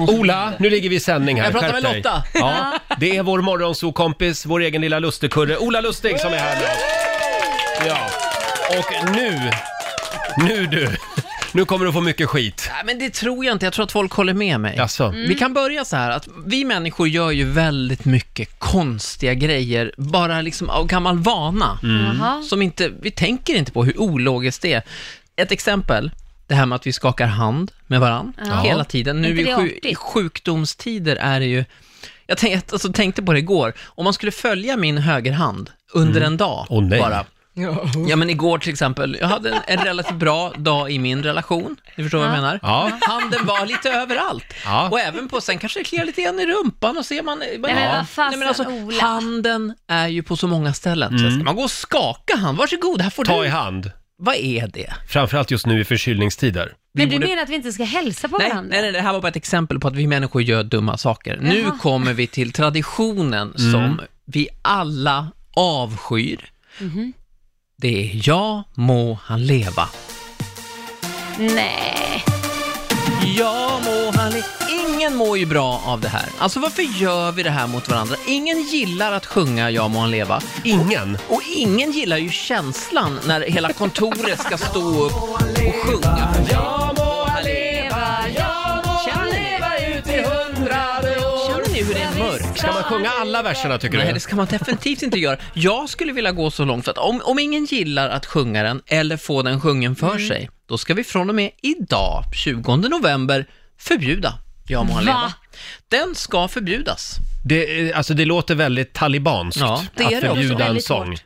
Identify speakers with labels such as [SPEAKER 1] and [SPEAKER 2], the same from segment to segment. [SPEAKER 1] Ola, nu ligger vi i sändning här.
[SPEAKER 2] Jag pratar med
[SPEAKER 1] Skärp dig.
[SPEAKER 2] Lotta.
[SPEAKER 1] Ja, det är vår morgonsokompis, vår egen lilla lustigkurre, Ola Lustig som är här med oss. Ja, och nu, nu du, nu kommer du få mycket skit.
[SPEAKER 2] Nej, men det tror jag inte. Jag tror att folk håller med mig. Mm.
[SPEAKER 1] Jaså?
[SPEAKER 2] Vi kan börja så här att vi människor gör ju väldigt mycket konstiga grejer, bara liksom av gammal
[SPEAKER 1] Mm.
[SPEAKER 2] vana.
[SPEAKER 3] Jaha.
[SPEAKER 2] Som inte, vi tänker inte på hur ologiskt det är. Ett exempel, det här med att vi skakar hand med varann
[SPEAKER 3] Ja.
[SPEAKER 2] hela tiden. Nu
[SPEAKER 3] Inte
[SPEAKER 2] i,
[SPEAKER 3] det
[SPEAKER 2] sju,
[SPEAKER 3] artigt?
[SPEAKER 2] i sjukdomstider är det ju, jag tänkte, alltså, tänkte på det igår, om man skulle följa min högerhand under en dag
[SPEAKER 1] Mm. Åh, nej.
[SPEAKER 2] bara, Ja men igår till exempel, jag hade en, en relativt bra dag i min relation, du förstår vad jag menar?
[SPEAKER 1] Ja.
[SPEAKER 2] Handen var lite överallt.
[SPEAKER 1] Ja.
[SPEAKER 2] Och även på, sen kanske det kliar lite grann i rumpan och ser man... Nej alltså,
[SPEAKER 3] men vad fasen, Ola.
[SPEAKER 2] handen är ju på så många ställen. Så ska man gå och skaka hand, varsågod, här får
[SPEAKER 1] Ta
[SPEAKER 2] du.
[SPEAKER 1] i hand,
[SPEAKER 2] Vad är det?
[SPEAKER 1] framförallt just nu i förkylningstider.
[SPEAKER 3] Men du
[SPEAKER 2] borde-
[SPEAKER 3] menar att vi inte ska hälsa på
[SPEAKER 2] Nej,
[SPEAKER 3] varandra?
[SPEAKER 2] nej, nej, det här var bara ett exempel på att vi människor gör dumma saker. Nu
[SPEAKER 3] Jaha.
[SPEAKER 2] kommer vi till traditionen som vi alla avskyr. Det är ja må han leva.
[SPEAKER 3] Nej.
[SPEAKER 2] Ja må han le- Ingen mår ju bra av det här. Alltså varför gör vi det här mot varandra? Ingen gillar att sjunga Ja må han leva.
[SPEAKER 1] Ingen?
[SPEAKER 2] Och ingen gillar ju känslan när hela kontoret ska stå upp och sjunga. Ja må han leva, ja må han leva ut i hundrade år. Känner ni hur det är mörkt?
[SPEAKER 1] Ska man sjunga alla verserna tycker
[SPEAKER 2] Nej,
[SPEAKER 1] du?
[SPEAKER 2] det ska man definitivt inte göra. Jag skulle vilja gå så långt för att om, om ingen gillar att sjunga den eller få den sjungen för sig, då ska vi från och med idag, 20 november, förbjuda Ja må han
[SPEAKER 3] Va?
[SPEAKER 2] leva. Den ska förbjudas.
[SPEAKER 1] Det, är- alltså det låter väldigt talibanskt
[SPEAKER 2] Ja, det är
[SPEAKER 1] att
[SPEAKER 2] det också.
[SPEAKER 1] förbjuda en
[SPEAKER 3] Väldigt
[SPEAKER 1] sång.
[SPEAKER 3] hårt.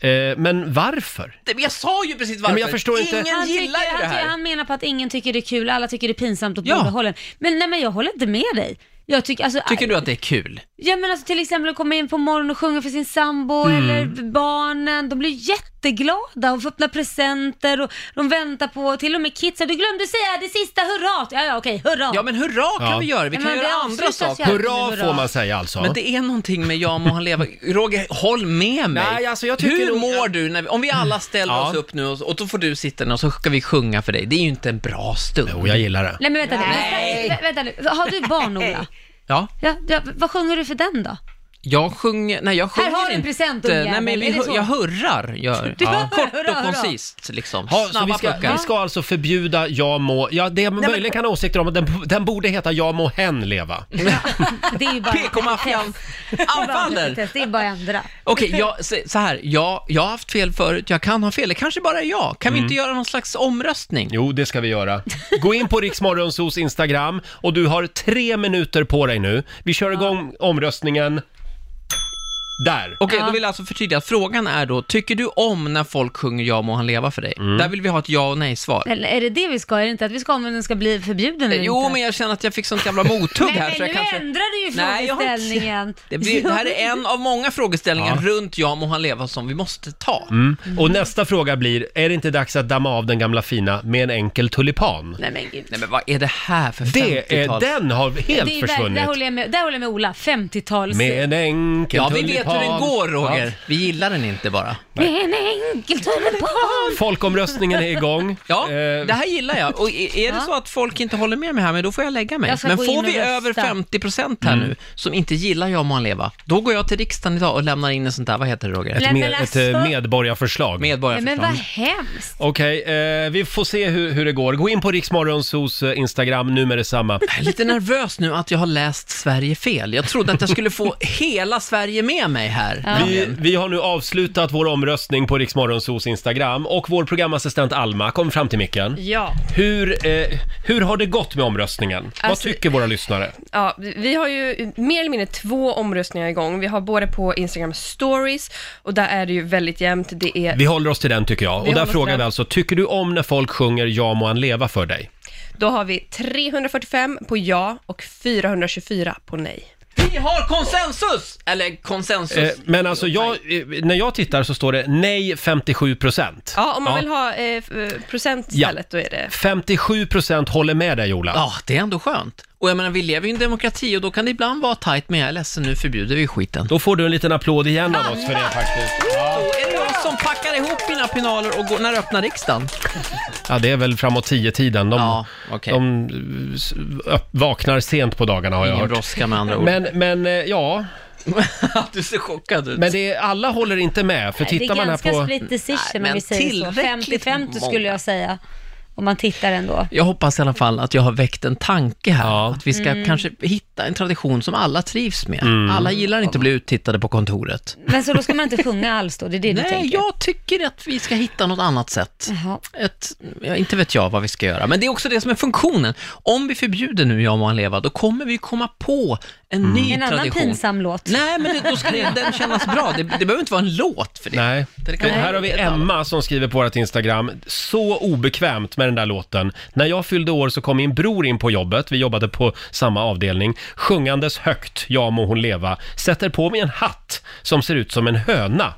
[SPEAKER 1] Eh, Men varför?
[SPEAKER 2] Det- Jag sa ju precis varför.
[SPEAKER 1] men jag förstår inte-
[SPEAKER 2] ingen
[SPEAKER 3] Han,
[SPEAKER 2] gillar ju
[SPEAKER 3] tycker,
[SPEAKER 2] det
[SPEAKER 3] han, tycker-
[SPEAKER 2] här.
[SPEAKER 3] han menar på att ingen tycker det är kul, alla tycker det är pinsamt och
[SPEAKER 2] Ja.
[SPEAKER 3] båda håller. Men nej men jag håller inte med dig. Jag tycker, alltså,
[SPEAKER 2] Tycker du att det är kul?
[SPEAKER 3] Ja men alltså till exempel att komma in på morgonen och sjunga för sin sambo
[SPEAKER 2] Mm.
[SPEAKER 3] eller barnen. De blir jätteglada och får öppna presenter och de väntar på, till och med kidsen. Du glömde säga det sista hurra! Ja ja okej, hurra!
[SPEAKER 2] Ja, men hurra kan
[SPEAKER 1] Ja.
[SPEAKER 2] vi göra. Vi
[SPEAKER 3] Men
[SPEAKER 2] kan
[SPEAKER 3] det
[SPEAKER 2] göra andra
[SPEAKER 3] avslutas
[SPEAKER 2] saker.
[SPEAKER 3] ju.
[SPEAKER 1] Hurra får man säga alltså.
[SPEAKER 2] Men det är någonting med ja må han leva. Roger, håll med mig.
[SPEAKER 1] Nej, alltså, jag tycker
[SPEAKER 2] Hur
[SPEAKER 1] nog- Mm.
[SPEAKER 2] mår du? När vi, om vi alla ställer
[SPEAKER 1] Ja.
[SPEAKER 2] oss upp nu och, och då får du sitta ner och så ska vi sjunga för dig. Det är ju inte en bra stund.
[SPEAKER 1] Jo, jag gillar det.
[SPEAKER 3] Nej men vänta nu, vänta, vä- vänta nu. Har du barn Ola?
[SPEAKER 2] Ja,
[SPEAKER 3] Ja, ja, vad sjunger du för den då?
[SPEAKER 2] jag sjunger, nej jag sjunger
[SPEAKER 3] Här har du en
[SPEAKER 2] inte.
[SPEAKER 3] present, ungjävel.
[SPEAKER 2] Nej men
[SPEAKER 3] Är
[SPEAKER 2] vi,
[SPEAKER 3] det
[SPEAKER 2] hör-
[SPEAKER 3] så?
[SPEAKER 2] jag hurrar. Gör.
[SPEAKER 3] Du hurrar,
[SPEAKER 2] Kort och
[SPEAKER 3] hurra.
[SPEAKER 2] koncist liksom.
[SPEAKER 1] Ja, så
[SPEAKER 2] Snabba
[SPEAKER 1] vi ska,
[SPEAKER 2] puckar.
[SPEAKER 1] vi ska alltså förbjuda jag må... Ja, det jag möjligen kan ha åsikter om, att den, den borde heta jag må hen leva.
[SPEAKER 2] Mm.
[SPEAKER 3] Det är ju bara
[SPEAKER 2] PK-maffian anfaller!
[SPEAKER 3] Det är bara andra.
[SPEAKER 2] Okej, jag- så- så här, jag, jag har haft fel förut, jag kan ha fel, det kanske bara är jag.
[SPEAKER 1] Mm.
[SPEAKER 2] Kan vi inte göra någon slags omröstning?
[SPEAKER 1] Jo, det ska vi göra. Gå in på Riksmorgonsos Instagram och du har tre minuter på dig nu. Vi kör igång omröstningen. Där!
[SPEAKER 2] Okej, då vill jag alltså förtydliga att frågan är då, tycker du om när folk sjunger Ja må han leva för dig?
[SPEAKER 1] Mm.
[SPEAKER 2] Där vill vi ha ett ja och nej-svar.
[SPEAKER 3] Eller är det det vi ska? Är det inte att vi ska om den ska bli förbjuden eller
[SPEAKER 2] Jo,
[SPEAKER 3] inte?
[SPEAKER 2] men jag känner att jag fick sånt jävla mothugg
[SPEAKER 3] Nej,
[SPEAKER 2] här så jag
[SPEAKER 3] men nu
[SPEAKER 2] kanske...
[SPEAKER 3] ändrar du ju
[SPEAKER 2] Nej, jag har inte-
[SPEAKER 3] frågeställningen.
[SPEAKER 2] Det, blir, det här är en av många frågeställningar
[SPEAKER 1] Ja. Mm.
[SPEAKER 2] runt Ja må han leva som vi måste ta. Mm.
[SPEAKER 1] Och nästa fråga blir, är det inte dags att damma av den gamla fina med en enkel tulipan?
[SPEAKER 3] Nej men gud.
[SPEAKER 2] Nej men vad är det här för
[SPEAKER 1] Det är,
[SPEAKER 2] 50-tal?
[SPEAKER 1] den har helt
[SPEAKER 3] det är, verkligen-
[SPEAKER 1] försvunnit.
[SPEAKER 3] där, håller jag med, där håller jag med Ola, 50-tals...
[SPEAKER 1] Med en enkel
[SPEAKER 2] Ja, vi
[SPEAKER 1] tulipan.
[SPEAKER 2] vet hur den går Roger.
[SPEAKER 1] Ja.
[SPEAKER 2] Vi gillar den inte bara.
[SPEAKER 3] Med en enkel tulipan.
[SPEAKER 1] Folkomröstningen är igång.
[SPEAKER 2] Ja,
[SPEAKER 1] Eh,
[SPEAKER 2] det här gillar jag. Och är är det
[SPEAKER 3] Ja.
[SPEAKER 2] så att folk inte håller med mig här, men då får jag lägga mig.
[SPEAKER 3] Jag ska
[SPEAKER 2] men
[SPEAKER 3] gå in
[SPEAKER 2] får
[SPEAKER 3] och
[SPEAKER 2] vi
[SPEAKER 3] rösta.
[SPEAKER 2] över 50% här
[SPEAKER 1] Mm.
[SPEAKER 2] nu, som inte gillar Jag må han leva, då går jag till riksdagen idag och lämnar in en sånt där, vad heter det Roger?
[SPEAKER 1] ett,
[SPEAKER 3] Nej, men
[SPEAKER 1] med, ett
[SPEAKER 3] alltså-
[SPEAKER 1] eh, medborgarförslag.
[SPEAKER 3] Nej, men
[SPEAKER 2] Medborgarförslag.
[SPEAKER 3] vad hemskt.
[SPEAKER 1] Okej, eh, vi får se hur, hur det går. Gå in på Riksmorgonsos eh, Instagram nu med detsamma.
[SPEAKER 2] Jag är lite nervös nu att jag har läst Sverige fel. Jag trodde att jag skulle få hela Sverige med mig här.
[SPEAKER 1] Vi, vi har nu avslutat vår omröstning på Riksmorgonsos Instagram och vår programassistent Alma kom fram till micken.
[SPEAKER 4] Ja,
[SPEAKER 1] Hur, eh, hur har det gått med omröstningen? Vad
[SPEAKER 4] Alltså-
[SPEAKER 1] tycker våra lyssnare?
[SPEAKER 4] ja, vi har ju mer eller mindre två omröstningar igång. Vi har både på Instagram stories och där är det ju väldigt jämnt. Det är,
[SPEAKER 1] Vi håller oss till den tycker jag.
[SPEAKER 4] Vi
[SPEAKER 1] Och där
[SPEAKER 4] håller oss
[SPEAKER 1] frågar
[SPEAKER 4] till
[SPEAKER 1] vi
[SPEAKER 4] den.
[SPEAKER 1] alltså, tycker du om när folk sjunger Ja må han leva för dig?
[SPEAKER 4] då har vi 345 på ja och 424 på nej.
[SPEAKER 2] Vi har konsensus! Eller konsensus.
[SPEAKER 1] Eh, men alltså, jag, eh, när jag tittar så står det nej 57 procent.
[SPEAKER 4] Ja, om man vill ha eh, f- eh, procent
[SPEAKER 1] Ja.
[SPEAKER 4] istället, då är det...
[SPEAKER 1] 57 procent håller med dig, Ola.
[SPEAKER 2] Ja, det är ändå skönt. Och jag menar, vi lever ju i en demokrati och då kan det ibland vara tajt, men jag är ledsen, nu förbjuder vi skiten.
[SPEAKER 1] Då får du en liten applåd igen av oss för det faktiskt.
[SPEAKER 2] Då är det jag som som packar ihop mina pinaler och går, när öppnar riksdagen?
[SPEAKER 1] Ja, det är väl framåt tio tiden. De,
[SPEAKER 2] Ja, okej.
[SPEAKER 1] de eh, s- öpp- vaknar sent på dagarna har jag
[SPEAKER 2] Ingen
[SPEAKER 1] hört.
[SPEAKER 2] brådska med andra ord.
[SPEAKER 1] Men, men eh, ja,
[SPEAKER 2] du ser chockad ut.
[SPEAKER 1] men det är, alla håller inte med. För
[SPEAKER 3] Det är
[SPEAKER 1] tittar man här
[SPEAKER 3] ganska
[SPEAKER 1] på...
[SPEAKER 3] split decision
[SPEAKER 2] Nej,
[SPEAKER 3] om vi
[SPEAKER 2] men
[SPEAKER 3] säger så.
[SPEAKER 2] tillräckligt
[SPEAKER 3] 50-50
[SPEAKER 2] många.
[SPEAKER 3] skulle jag säga. Om man tittar ändå.
[SPEAKER 2] Jag hoppas i alla fall att jag har väckt en tanke här.
[SPEAKER 1] Ja.
[SPEAKER 2] Att vi ska
[SPEAKER 3] Mm.
[SPEAKER 2] kanske hitta en tradition som alla trivs med.
[SPEAKER 1] Mm.
[SPEAKER 2] Alla gillar inte att bli uttittade på kontoret.
[SPEAKER 3] Men så då ska man inte sjunga alls då? Det är det du
[SPEAKER 2] Nej,
[SPEAKER 3] tänker?
[SPEAKER 2] jag tycker att vi ska hitta något annat sätt.
[SPEAKER 3] Jaha.
[SPEAKER 2] Ett, ja, inte vet jag vad vi ska göra, men det är också det som är funktionen. Om vi förbjuder nu Jag må leva, då kommer vi komma på en
[SPEAKER 1] Mm.
[SPEAKER 2] ny
[SPEAKER 3] En annan
[SPEAKER 2] tradition.
[SPEAKER 3] pinsam låt.
[SPEAKER 2] Nej, men det, då ska det, den kännas bra. Det, det behöver inte vara en låt för det.
[SPEAKER 1] Nej.
[SPEAKER 2] Det kan
[SPEAKER 1] Men
[SPEAKER 2] vara
[SPEAKER 1] här har vi
[SPEAKER 2] ett annat.
[SPEAKER 1] Emma som skriver på vårt Instagram. Så obekvämt med den där låten. När jag fyllde år så kom min bror in på jobbet, vi jobbade på samma avdelning, sjungandes högt Ja må hon leva, sätter på mig en hatt som ser ut som en höna.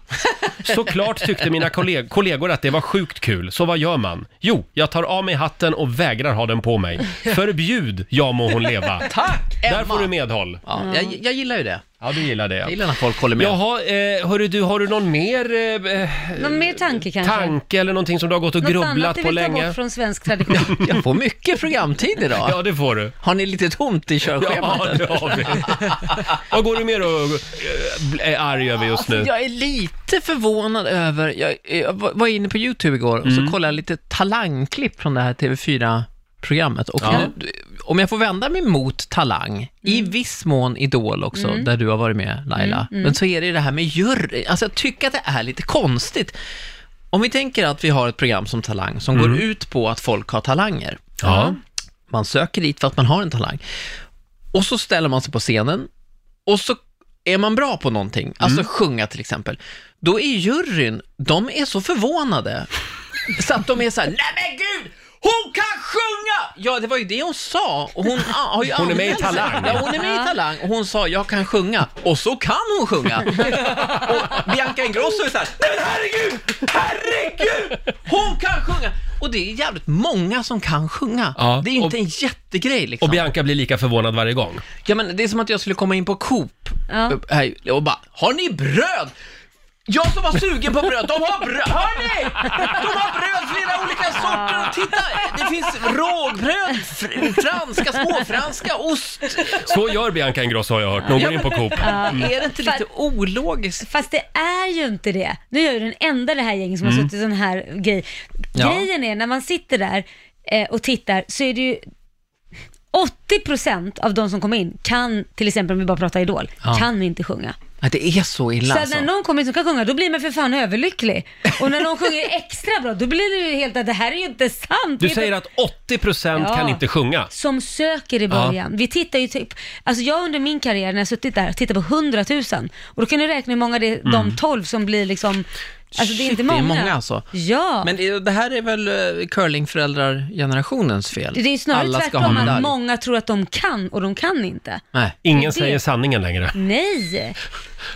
[SPEAKER 1] Såklart tyckte mina kolleg- kollegor att det var sjukt kul, så vad gör man? Jo, jag tar av mig hatten och vägrar ha den på mig. Förbjud Ja må hon leva.
[SPEAKER 2] Tack, Emma!
[SPEAKER 1] Där får du medhåll.
[SPEAKER 2] Ja, jag, jag gillar ju det.
[SPEAKER 1] Ja, du gillar det. ja.
[SPEAKER 2] Jag gillar när folk håller med.
[SPEAKER 1] Jaha, eh, hörru du, har du någon mer eh, eh,
[SPEAKER 3] Någon mer tanke kanske?
[SPEAKER 1] tanke eller någonting som du har gått och
[SPEAKER 3] Något annat
[SPEAKER 1] grubblat
[SPEAKER 3] du
[SPEAKER 1] på
[SPEAKER 3] vill ta
[SPEAKER 1] länge?
[SPEAKER 3] bort från svensk tradition?
[SPEAKER 2] Jag får mycket programtid idag.
[SPEAKER 1] Ja, det får du.
[SPEAKER 2] Har ni lite tomt i körschemat?
[SPEAKER 1] Ja, det har vi. Vad går du mer och eh, är arg över just nu?
[SPEAKER 2] Jag är lite förvånad över, jag, jag var var inne på YouTube igår och
[SPEAKER 1] Mm.
[SPEAKER 2] så kollade jag lite talangklipp från det här TV4-programmet. Och
[SPEAKER 1] Ja.
[SPEAKER 2] nu, om jag får vända mig mot Talang, i viss mån Idol också, där du har varit med Laila, men så är det det här med jury. Alltså jag tycker att det är lite konstigt. Om vi tänker att vi har ett program som Talang som går ut på att folk har talanger.
[SPEAKER 1] Mm. Ja.
[SPEAKER 2] Man söker dit för att man har en talang. Och så ställer man sig på scenen och så är man bra på någonting,
[SPEAKER 1] Mm.
[SPEAKER 2] alltså sjunga till exempel, då är juryn, de är så förvånade. Så att de är så här, nej men gud, hon kan sjunga! Ja, det var ju det hon sa. Och hon, a- har ju
[SPEAKER 1] Hon är med i
[SPEAKER 2] använt sig-
[SPEAKER 1] Talang.
[SPEAKER 2] Ja, hon är med i Talang och hon sa, jag kan sjunga. Och så kan hon sjunga. Och Bianca Ingrosso är så här, nej men herregud, herregud, hon kan sjunga. Och det är jävligt många som kan sjunga.
[SPEAKER 1] Ja,
[SPEAKER 2] det är inte
[SPEAKER 1] och-
[SPEAKER 2] en jättegrej liksom.
[SPEAKER 1] Och Bianca blir lika förvånad varje gång.
[SPEAKER 2] Ja men det är som att jag skulle komma in på Coop
[SPEAKER 3] Ja.
[SPEAKER 2] upp här och bara, har ni bröd? Jag som var sugen på bröd, de har bröd, hör ni? De har bröd, flera olika sorter och titta, det finns rågbröd, fr- franska, småfranska, ost.
[SPEAKER 1] Så gör Bianca Ingrosso har jag hört, när hon går in på Coop.
[SPEAKER 2] Är det inte lite ologiskt?
[SPEAKER 3] Fast det är ju inte det. Nu är jag ju den enda i det här gänget som har suttit i sån här grej.
[SPEAKER 2] Mm. Ja.
[SPEAKER 3] Grejen är, när man sitter där eh, och tittar så är det ju 80% av de som kommer in kan, till exempel om vi bara pratar Idol,
[SPEAKER 2] Ja.
[SPEAKER 3] kan inte sjunga.
[SPEAKER 2] Ja, det är så illa
[SPEAKER 3] Så
[SPEAKER 2] alltså.
[SPEAKER 3] när någon kommer in som kan sjunga, då blir man för fan överlycklig. Och när någon sjunger extra bra, då blir det ju helt att det här är ju inte sant.
[SPEAKER 1] Du
[SPEAKER 3] Vet
[SPEAKER 1] säger att 80% kan
[SPEAKER 3] Ja.
[SPEAKER 1] inte sjunga.
[SPEAKER 3] som söker i början. Vi tittar ju typ, alltså jag under min karriär när jag suttit där, tittar på 100 000 och då kan du räkna hur många det är, de 12 som blir liksom, alltså det är
[SPEAKER 2] Mm. Shit,
[SPEAKER 3] inte
[SPEAKER 2] det
[SPEAKER 3] många.
[SPEAKER 2] är många alltså.
[SPEAKER 3] Ja,
[SPEAKER 2] Men är- det här är väl eh, curlingföräldrargenerationens fel?
[SPEAKER 3] det är ju snarare
[SPEAKER 2] Alla ska ha
[SPEAKER 3] tvärtom att
[SPEAKER 2] medalj.
[SPEAKER 3] många tror att de kan och de kan inte.
[SPEAKER 2] Nej.
[SPEAKER 1] Ingen
[SPEAKER 3] Det-
[SPEAKER 1] säger sanningen längre.
[SPEAKER 3] Nej!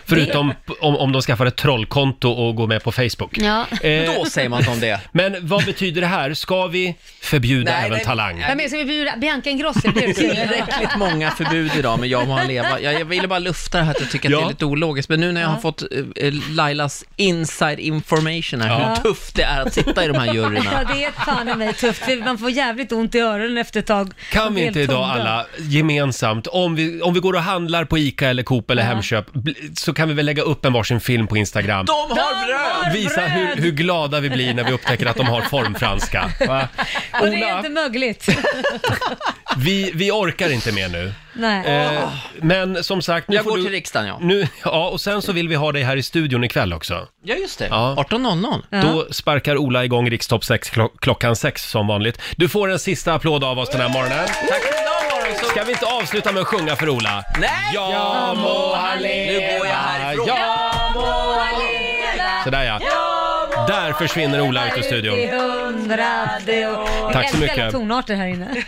[SPEAKER 1] Förutom p- om, om de skaffar ett trollkonto och går med på Facebook.
[SPEAKER 3] Ja.
[SPEAKER 1] Eh,
[SPEAKER 2] Då säger man som det är.
[SPEAKER 1] men vad betyder det här? Ska vi förbjuda
[SPEAKER 2] Nej,
[SPEAKER 1] även
[SPEAKER 2] nej.
[SPEAKER 1] talang?
[SPEAKER 3] Vem är det? Ska vi bjuda Bianca Ingrosso? Bjud-
[SPEAKER 2] tillräckligt många förbud idag med jag må han leva. Jag, jag ville bara lufta det här att jag tycker att det
[SPEAKER 1] Ja.
[SPEAKER 2] är lite ologiskt, men nu när jag har fått eh, Lailas inside information här,
[SPEAKER 1] Ja.
[SPEAKER 2] hur tufft det är att sitta i de här
[SPEAKER 3] Ja,
[SPEAKER 2] juryerna.
[SPEAKER 3] det är fan i mig tufft, för man får jävligt ont i öronen efter ett tag.
[SPEAKER 1] Kan
[SPEAKER 3] Man
[SPEAKER 1] vi
[SPEAKER 3] blir
[SPEAKER 1] inte
[SPEAKER 3] helt
[SPEAKER 1] idag
[SPEAKER 3] tondöv.
[SPEAKER 1] alla gemensamt, om vi, om vi går och handlar på ICA eller Coop eller Hemköp, bl- så kan vi väl lägga upp en varsin film på Instagram.
[SPEAKER 2] De har bröd!
[SPEAKER 1] Visa hur, hur glada vi blir när vi upptäcker att de har formfranska. Va?
[SPEAKER 3] Och det är
[SPEAKER 1] Ola,
[SPEAKER 3] inte mögligt.
[SPEAKER 1] vi, vi orkar inte mer nu.
[SPEAKER 3] Nej.
[SPEAKER 1] Eh, men som sagt, nu
[SPEAKER 2] Jag
[SPEAKER 1] får
[SPEAKER 2] går
[SPEAKER 1] du...
[SPEAKER 2] till riksdagen ja.
[SPEAKER 1] Nu, ja, och sen så vill vi ha dig här i studion ikväll också.
[SPEAKER 2] Ja just det,
[SPEAKER 1] Ja.
[SPEAKER 2] 18.00.
[SPEAKER 3] Ja.
[SPEAKER 1] Då sparkar Ola igång Rikstopp 6 klock, klockan 6 som vanligt. Du får en sista applåd av oss den här morgonen.
[SPEAKER 2] Tack för idag morgon, så...
[SPEAKER 1] Ska vi inte avsluta med att sjunga för Ola?
[SPEAKER 2] Nej!
[SPEAKER 1] Ja må han
[SPEAKER 2] Nu går jag härifrån.
[SPEAKER 1] Ja må han leva. Sådär ja. Där försvinner Ola ut ur studion.
[SPEAKER 3] Hundrade och...
[SPEAKER 1] Tack så
[SPEAKER 3] Jag älskar alla
[SPEAKER 1] mycket.
[SPEAKER 3] tonarter här inne.